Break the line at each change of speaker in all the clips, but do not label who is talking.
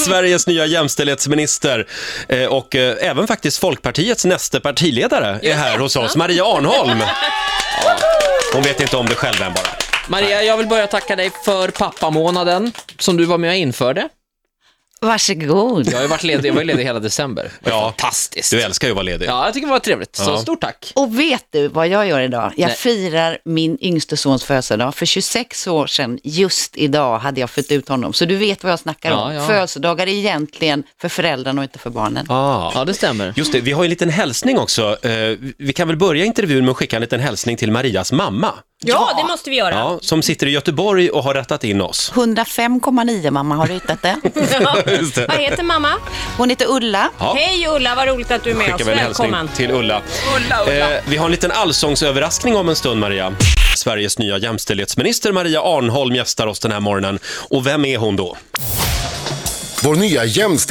Sveriges nya jämställdhetsminister eh, och eh, även faktiskt Folkpartiets näste partiledare är här hos oss, Maria Arnholm. Ja, Hon vet inte om det själv än bara.
Maria, jag vill börja tacka dig för pappamånaden som du var med och införde.
Varsågod.
Jag har ju varit ledig, jag var ju ledig hela december.
Ja.
Fantastiskt.
Du älskar ju att vara ledig.
Ja, jag tycker det var trevligt. Så
Ja.
stort tack.
Och vet du vad jag gör idag? Jag
Nej.
firar min yngste sons födelsedag. För 26 år sedan, just idag, hade jag fött ut honom. Så du vet vad jag snackar
Ja,
om.
ja.
Födelsedagar är egentligen för föräldrarna och inte för barnen.
Ah.
Ja, det stämmer.
Just det, vi har en liten hälsning också. Eh, Vi kan väl börja intervjun med att skicka en liten hälsning till Marias mamma,
Ja, det måste vi göra.
ja, som sitter i Göteborg och har rättat in oss.
105,9 mamma, har du hittat det?
Vad heter mamma?
Hon heter Ulla.
Ja.
Hej Ulla, vad roligt att du är med
Skickar
oss.
vi en hälsning
Välkommen.
till Ulla. Eh, vi har en liten allsångsöverraskning om en stund, Maria. Sveriges nya jämställdhetsminister Maria Arnholm gästar oss den här morgonen. Och vem är hon då?
Vår nya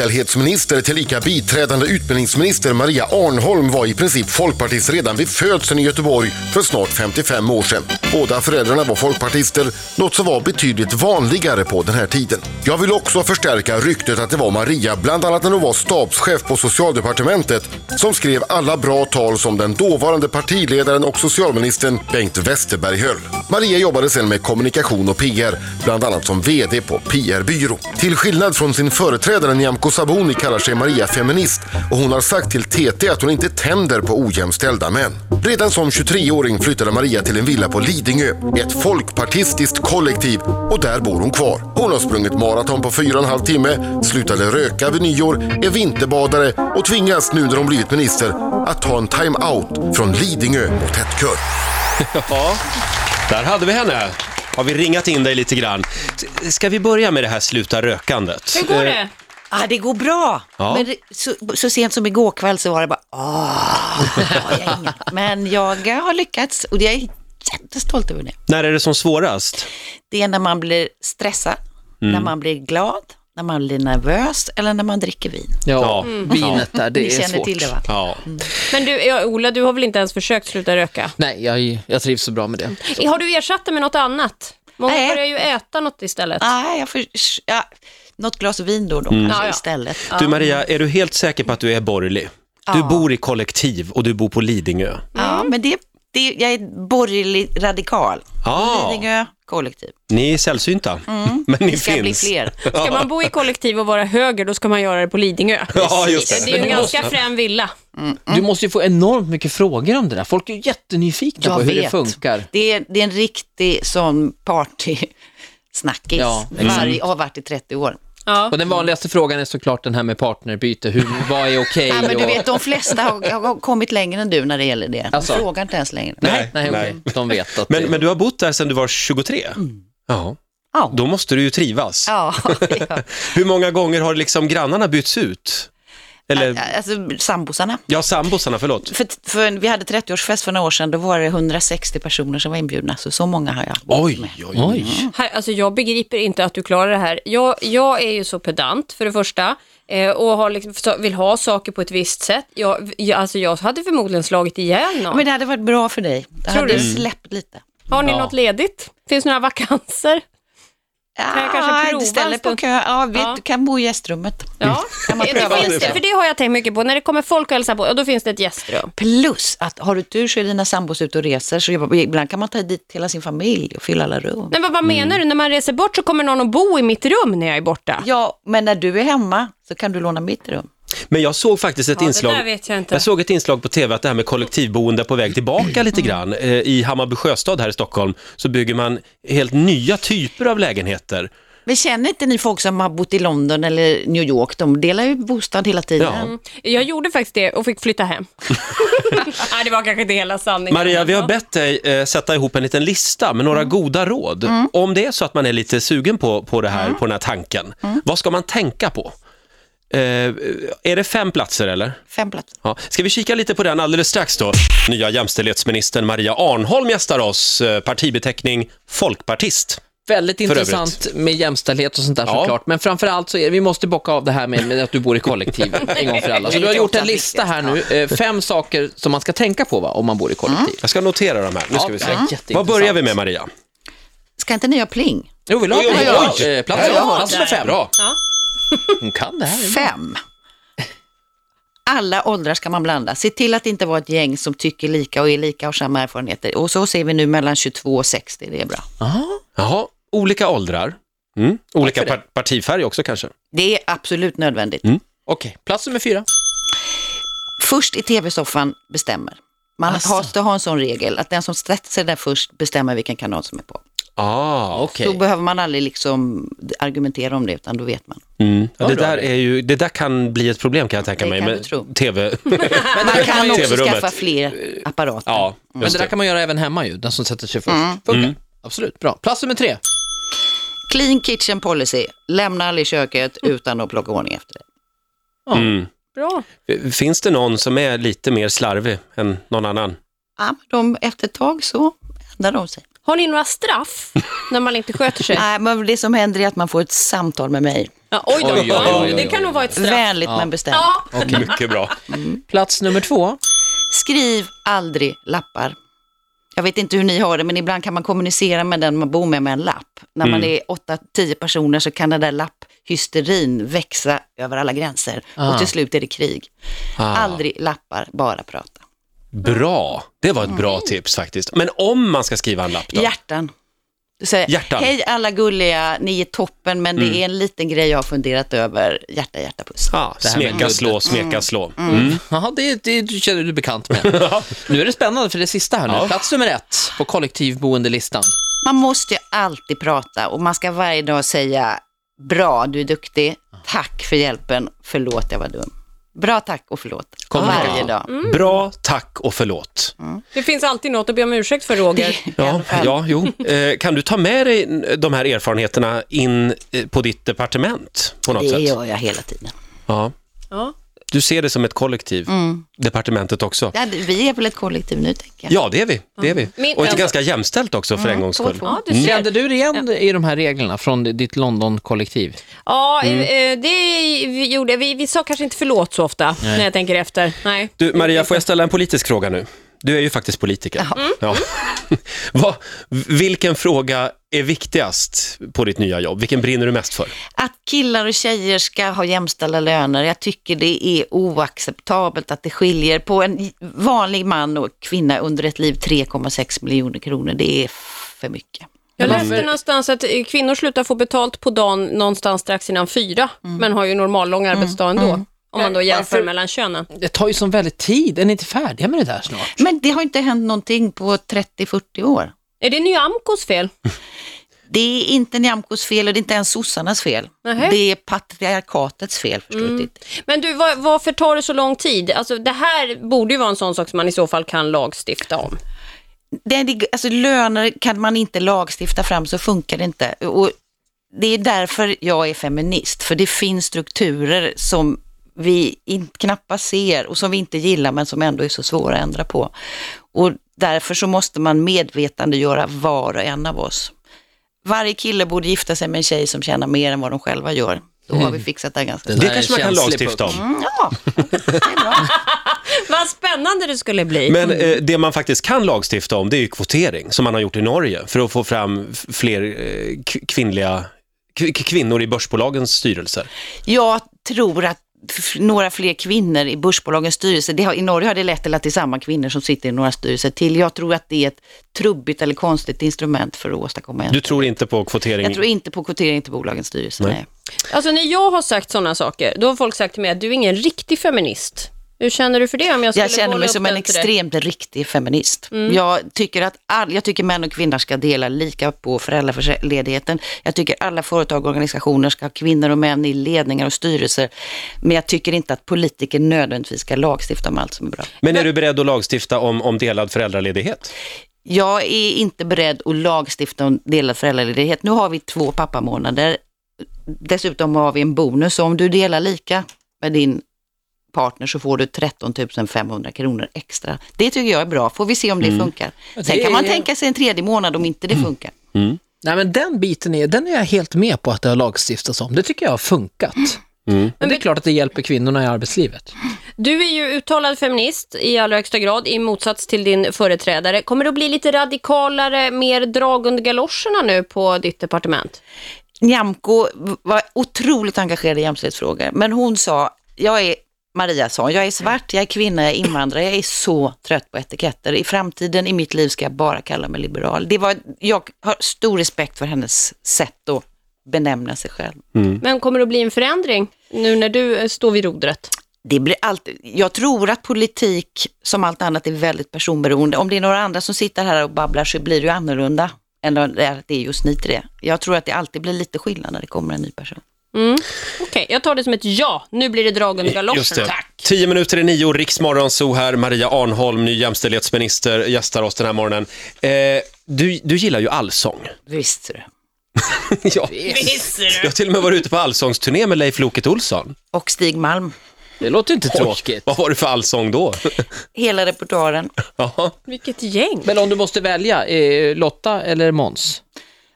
jämställdhetsminister, tillika biträdande utbildningsminister Maria Arnholm var i princip folkpartist redan vid födseln i Göteborg för snart 55 år sedan. Båda föräldrarna var folkpartister, något som var betydligt vanligare på den här tiden. Jag vill också förstärka ryktet att det var Maria, bland annat när hon var stabschef på Socialdepartementet, som skrev alla bra tal som den dåvarande partiledaren och socialministern Bengt Westerberg höll. Maria jobbade sedan med kommunikation och PR, bland annat som VD på PR-byrå. Till skillnad från sin företrädare Nyamko Sabuni kallar sig Maria feminist och hon har sagt till TT att hon inte tänder på ojämställda män. Redan som 23-åring flyttade Maria till en villa på Lidingö, ett folkpartistiskt kollektiv och där bor hon kvar. Hon har sprungit maraton på fyra och en halv timme, slutade röka vid nyår, är vinterbadare och tvingas nu när hon blivit minister att ta en time-out från Lidingö mot Tättkör.
Ja, där hade vi henne. Har vi ringat in dig lite grann? S- Ska vi börja med det här sluta rökandet?
Hur går
Eh,
det?
Ja, det går bra.
Ja.
Men det, så, så sent som igår kväll så var det bara, åh, har jag ingen. Men jag har lyckats och jag är jättestolt över det.
När är det som svårast?
Det är när man blir stressad,
Mm.
när man blir glad, när man blir nervös eller när man dricker vin.
Ja.
Ja, Mm. vinet där, det
Ni
är
känner
svårt.
till det va?
Ja.
Men du, ja, Ola, du har väl inte ens försökt sluta röka?
Nej, jag, jag trivs så bra med
Mm.
det.
Har du ersatt det med något annat? Många
Nej.
börjar ju äta något istället.
Nej, jag får, ja, något glas vin då och
Mm.
då kanske
Ja, ja.
istället.
Du Maria, är du helt säker på att du är borgerlig? Du bor i kollektiv och du bor på Lidingö.
Ja, men det, det, jag är borgerlig radikal.
Ja.
Lidingö kollektiv.
Ni är sällsynta, men ni
Det ska
finns.
bli fler.
Ska man bo i kollektiv och vara höger, då ska man göra det på Lidingö.
Ja, just det.
Det är ju en ganska frän villa.
Du måste ju få enormt mycket frågor om det där. Folk är ju jättenyfikna
Jag
på hur det
vet.
funkar.
Det är, det är en riktig sån partysnackis.
Ja,
Varje, har varit i 30 år.
Ja.
Och den vanligaste frågan är såklart den här med partnerbyte. Hur, vad är okej?
Ja, men du
och-
vet, de flesta har, har kommit längre än du när det gäller det. De
Alltså.
frågar inte ens längre.
Nej,
Nej,
nej, okej. de vet att
Men,
det...
men du har bott där sedan du var 23? Ja.
Ja.
Då måste du ju trivas.
Ja, ja.
Hur många gånger har liksom grannarna bytts ut? Eller,
Alltså sambosarna.
ja, sambosarna, förlåt.
För, för, vi hade 30-årsfest för några år sedan, då var det 160 personer som var inbjudna, så så många har jag.
Oj, oj, oj.
Oj.
Här, alltså jag begriper inte att du klarar det här. Jag, jag är ju så pedant för det första eh, och har liksom, så- vill ha saker på ett visst sätt. Jag, jag, alltså jag hade förmodligen slagit ihjäl någon.
Men det hade varit bra för dig. Det hade
du?
släppt lite.
Har ni
Ja.
något ledigt? Finns några vakanser? jag kanske prova en
ställer på
stund?
kö. Ja, vi
Ja.
Du kan bo i gästrummet.
Ja,
Kan man
det
pröva
finns
lite?
det. För det har jag tänkt mycket på. När det kommer folk och hälsar på, ja, då finns det ett gästrum.
Plus att har du tur så är dina sambos ute och reser, så ibland kan man ta dit hela sin familj och fylla alla rum.
Men vad, vad menar du? När man reser bort så kommer någon att bo i mitt rum när jag är borta?
Ja, men när du är hemma så kan du låna mitt rum.
Men jag såg faktiskt ett
Ja, det
inslag.
där vet jag inte.
såg ett inslag på tv att det här med kollektivboende är på väg tillbaka lite grann. Eh, I Hammarby sjöstad här i Stockholm så bygger man helt nya typer av lägenheter.
Men känner inte ni folk som har bott i London eller New York? De delar ju bostad hela tiden.
Mm.
Ja.
Jag gjorde faktiskt det och fick flytta hem. Nej, det var kanske inte hela sanningen.
Maria, vi har
Ja.
bett dig eh, sätta ihop en liten lista med några goda råd. Om det är så att man är lite sugen på, på, det här, på den här tanken, vad ska man tänka på? Eh, är det fem platser eller?
Fem platser.
Ja. Ska vi kika lite på den alldeles strax då? Nya jämställdhetsministern Maria Arnholm gästar oss, eh, partibeteckning folkpartist.
Väldigt
övrigt.
intressant med jämställdhet och sånt där
Ja.
såklart. Men framförallt så är det, vi måste bocka av det här med, med att du bor i kollektiv en gång för alla. Så
Det är
du har gjort en
otroligt
lista här nu, eh, fem saker som man ska tänka på va, om man bor i kollektiv.
Jag ska notera de här. Nu ska vi se.
Ja,
Vad
jätteintressant.
börjar vi med Maria?
Ska inte ni ha pling?
Jo, vill du ha
Oj, oj,
plats?
oj.
Eh, Plats,
Ja,
plats nummer fem.
Bra.
Ja.
Hon kan det här.
Fem. Alla åldrar ska man blanda. Se till att det inte vara ett gäng som tycker lika och är lika och har samma erfarenheter. Och så ser vi nu mellan 22 och 60, det är bra.
Aha.
Jaha, olika åldrar. Mm. Olika par- partifärg också kanske.
Det är absolut nödvändigt.
Mm. Okej, plats nummer fyra.
Först i tv-soffan bestämmer. Man
Asså.
måste ha en sån regel att den som sätter sig där först bestämmer vilken kanal som är på.
Ah,
Okej.
Då behöver man aldrig liksom argumentera om det utan då vet man.
mm. ja, det,
Vad bra
där
det.
är ju, det där kan bli ett problem kan jag tänka
Det
mig
kan
med
du tro.
tv.
Men
Man
det kan
kan
man ju, Eh,
också
TV-rummet.
skaffa fler apparater.
ja,
Mm. men
just
det där
det.
kan man göra även hemma ju, den som sätter sig först. Funkar. Absolut, bra. Plats nummer tre.
Clean kitchen policy. Lämna aldrig köket utan att plocka ordning efter det.
Bra.
Finns det någon som är lite mer slarvig än någon annan?
Ja, men de, efter ett tag så ändrar de sig.
Har ni några straff när man inte sköter sig?
Nej, men det som händer är att man får ett samtal med mig.
Ja, oj då,
Oj, oj, oj, oj, oj.
det kan nog vara ett straff.
Vänligt men bestämt.
Ja.
Mycket bra.
Plats nummer två.
Skriv aldrig lappar. Jag vet inte hur ni har det, men ibland kan man kommunicera med den man bor med med en lapp. När man
Mm.
är 8-10 personer så kan den där lapphysterin växa över alla gränser
Ah.
och till slut är det krig. Aldrig lappar, bara prata.
Bra, det var ett
Mm.
bra tips faktiskt. Men om man ska skriva en lapp då?
Hjärtan. Du säger,
Hjärtan.
Hej alla gulliga, ni är toppen, men
Mm.
det är en liten grej jag har funderat över. Hjärta, hjärta, puss.
Ah,
Det här med
smeka, slå,
muddet.
smeka, slå.
Mm.
Mm.
Jaha, det, det känner du bekant med. nu är det spännande för det sista här nu.
Ja.
Plats nummer ett på kollektivboendelistan.
Man måste ju alltid prata och man ska varje dag säga bra, du är duktig, tack för hjälpen, förlåt jag var dum. Bra tack och förlåt. Varje dag.
Bra, tack och förlåt.
Det finns alltid något att be om ursäkt för, Roger.
Ja, ja jo. Eh, kan du ta med dig de här erfarenheterna in eh, på ditt departement på något
Det
sätt?
gör jag hela tiden.
Ja.
Ja.
Du ser det som ett kollektiv,
Mm.
departementet också.
Ja, det- vi är väl ett kollektiv nu tänker jag.
Ja, det är vi. Det är vi.
Min-
Och ett
alltså-
ganska jämställt också för en gångs
två,
skull.
två.
Ja, du ser.
Kände du det igen i de här reglerna från ditt London-kollektiv?
Ja,
Mm.
eh, eh, det vi gjorde vi. Vi sa kanske inte förlåt så ofta när jag tänker efter. Nej.
Du, Maria, får jag ställa en politisk fråga nu? Du är ju faktiskt politiker.
Mm.
Ja. Vad- vilken fråga är viktigast på ditt nya jobb? Vilken brinner du mest för?
Att killar och tjejer ska ha jämställda löner, jag tycker det är oacceptabelt att det skiljer på en vanlig man och kvinna under ett liv 3,6 miljoner kronor. Det är för mycket.
Jag läste någonstans att eh, kvinnor slutar få betalt på dagen någonstans strax innan fyra, men har ju normal lång arbetsdag ändå. Om man då jämför mellan könen.
Det tar ju som väldigt tid. Är ni inte färdiga med det där snart?
Men det har inte hänt någonting på 30-40 år.
Är det Nyamkos fel?
Det är inte Nyamkos fel och det är inte ens sossarnas fel.
Nähä.
Det är patriarkatets fel. Förstår du inte?
Men du, var, varför tar det så lång tid? Alltså, det här borde ju vara en sån sak som man i så fall kan lagstifta om.
Det, det, alltså, löner kan man inte lagstifta fram så funkar det inte. Och det är därför jag är feminist, för det finns strukturer som vi in, knappast ser och som vi inte gillar men som ändå är så svåra att ändra på. Och därför så måste man medvetandegöra var och en av oss. Varje kille borde gifta sig med en tjej som tjänar mer än vad de själva gör. Då har vi fixat det här ganska
Det
är
kanske man kan
känslig
lagstifta
punkt.
om.
Ja,
Vad spännande det skulle bli.
Men
Mm.
eh, det man faktiskt kan lagstifta om det är ju kvotering som man har gjort i Norge för att få fram f- fler eh, k- kvinnliga k- kvinnor i börsbolagens styrelser.
Jag tror att f- några fler kvinnor i börsbolagens styrelse, det har, i Norge har det lett till att det är samma kvinnor som sitter i några styrelser till. Jag tror att det är ett trubbigt eller konstigt instrument för att åstadkomma en.
Du tror inte på kvotering?
Jag tror inte på kvotering till bolagens styrelse. Nej.
Alltså när jag har sagt sådana saker, då har folk sagt till mig att du är ingen riktig feminist. Hur känner du för det om jag skulle
Jag känner
bolla
mig
upp
som en
den till dig? Mm.
extremt riktig feminist. Jag, tycker att all, jag tycker män och kvinnor ska dela lika på föräldraledigheten. Jag tycker alla företag och organisationer ska ha kvinnor och män i ledningar och styrelser. Men jag tycker inte att politiker nödvändigtvis ska lagstifta om allt som är bra.
Men är du beredd att lagstifta om, om delad föräldraledighet?
Jag är inte beredd att lagstifta om delad föräldraledighet. Nu har vi två pappamånader. Dessutom har vi en bonus. Om du delar lika med din partner så får du 13 500 kronor extra. Det tycker jag är bra. Får vi se om det funkar. Sen
Mm. det
kan
är-
man
Mm.
tänka sig en tredje månad om inte det funkar.
Nej, men den biten är, den är jag helt med på att det har lagstiftats om. Det tycker jag har funkat. Mm.
Mm.
Men det är klart att det hjälper kvinnorna i arbetslivet.
Du är ju uttalad feminist i allra högsta grad, i motsats till din företrädare. Kommer det att bli lite radikalare, mer drag under galoscherna nu på ditt departement?
Nyamko var otroligt engagerad i jämställdhetsfrågor, men hon sa, jag är Maria sa, jag är svart, jag är kvinna, jag är invandrare, jag är så trött på etiketter. I framtiden, i mitt liv, ska jag bara kalla mig liberal. Det var, jag har stor respekt för hennes sätt att benämna sig själv.
Mm.
Men kommer det att bli en förändring nu när du eh, står vid rodret?
det blir alltid, jag tror att politik som allt annat är väldigt personberoende. Om det är några andra som sitter här och babblar så blir det ju annorlunda än om det är att det är just ni tre. Jag tror att det alltid blir lite skillnad när det kommer en ny person.
Mm. Okej, jag tar det som ett ja. Nu blir det drag under
Eh, Just
galoscherna.
det. Tio minuter i nio, Riksmorgon så här. Maria Arnholm, ny jämställdhetsminister, gästar oss den här morgonen. Eh, du, du gillar ju allsång.
Visste du.
ja. Jag har till och med varit ute på allsångsturné med Leif Loket Olsson.
Och Stig Malm,
Det låter inte
Oj,
tråkigt.
Vad var det för allsång då?
hela repertoaren.
ja.
Vilket gäng.
Men om du måste välja, eh, Lotta eller Måns?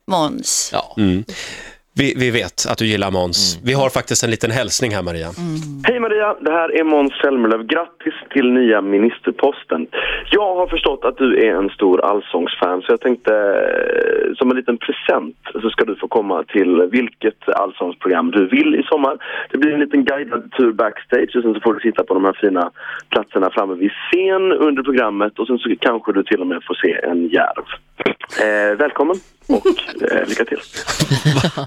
Måns.
Ja.
vi, vi vet att du gillar Måns.
Mm.
Vi har faktiskt en liten hälsning här, Maria.
Hej Maria, det här är Måns Zelmerlöw. Grattis till nya ministerposten. Jag har förstått att du är en stor allsångsfan så jag tänkte eh, som en liten present så ska du få komma till vilket allsångsprogram du vill i sommar. Det blir en liten guidad tur backstage och sen så får du sitta på de här fina platserna framme vid scen under programmet och sen så kanske du till och med får se en järv. Eh, välkommen och eh, lycka till.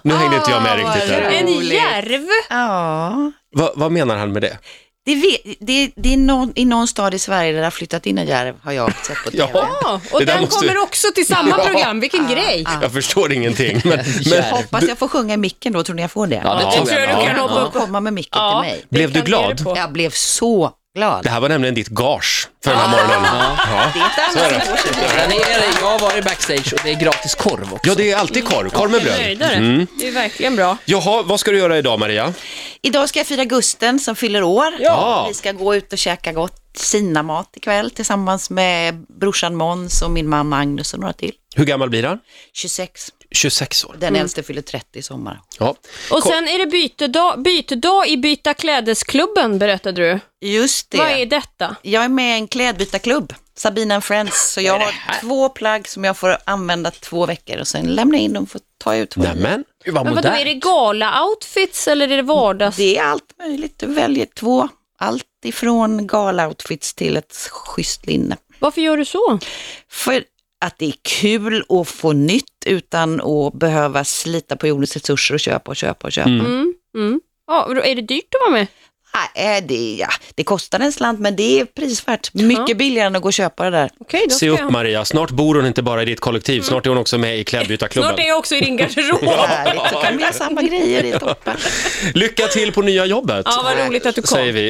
Nu hängde inte jag med
Ah, vad
riktigt där.
roligt.
En järv!
Ja,
Va, vad menar han med det?
det, vet- det, det är någon, i någon stad i Sverige där det har flyttat in en järv, har jag sett på TV.
Ja.
Ja, och
Det där
den
måste-
kommer också till samma
Ja.
program. Vilken grej!
Jag förstår ingenting. Men, men
Järv.
Hoppas jag får sjunga i micken då, tror ni jag får det?
Ja, det
Ja,
tror jag.
tror jag du kan
Ja.
hoppa upp.
Komma med micken
Ja,
till mig.
det
Blev du
kan vi ge dig
glad?
på.
Jag blev så glad.
det här var nämligen ditt gage för
Ah.
den här morgonen. Ja.
Det är inte alla som får sig.
Den är, jag har varit backstage och det är gratis korv också.
ja, det är alltid korv. Korv med
Jag är
bröd.
nöjdare. Det är verkligen bra.
Jaha, vad ska du göra idag, Maria?
Idag ska jag fira Gusten som fyller år.
Ja.
Vi ska gå ut och käka gott Kina-mat ikväll tillsammans med brorsan Måns och min man Magnus och några till.
Hur gammal blir han?
26.
26 år.
Mm.
Den äldste fyller 30 i sommar.
Ja.
Och sen är det bytedag, bytedag i Byta klädesklubben berättade du.
Just det.
Vad är detta?
Jag är med i en klädbytarklubb, Sabina and Friends, så jag har två plagg som jag får använda två veckor och sen lämnar jag in dem och får ta ut två.
Nämen.
Gud, vad
Men vadå,
modernt.
är det gala-outfits eller är det vardags?
Det är allt möjligt, du väljer två. Allt ifrån gala-outfits till ett schysst linne.
Varför gör du så?
För att det är kul att få nytt utan att behöva slita på jordens resurser och köpa och köpa och köpa.
Mm, mm. Ja, och då är det dyrt att vara med?
Nej, eh, det, ja, det kostar en slant men det är prisvärt. Mycket billigare än att gå och köpa det där.
Okej, då ska
Se upp,
jag.
Maria. Snart bor hon inte bara i ditt kollektiv, snart är hon också med i klädbytarklubben.
Mm. Snart är jag också i din garderob.
Härligt, så kan vi ha samma grejer, det är toppen.
Lycka till på nya jobbet,
Ja, vad roligt att du kom.
säger vi.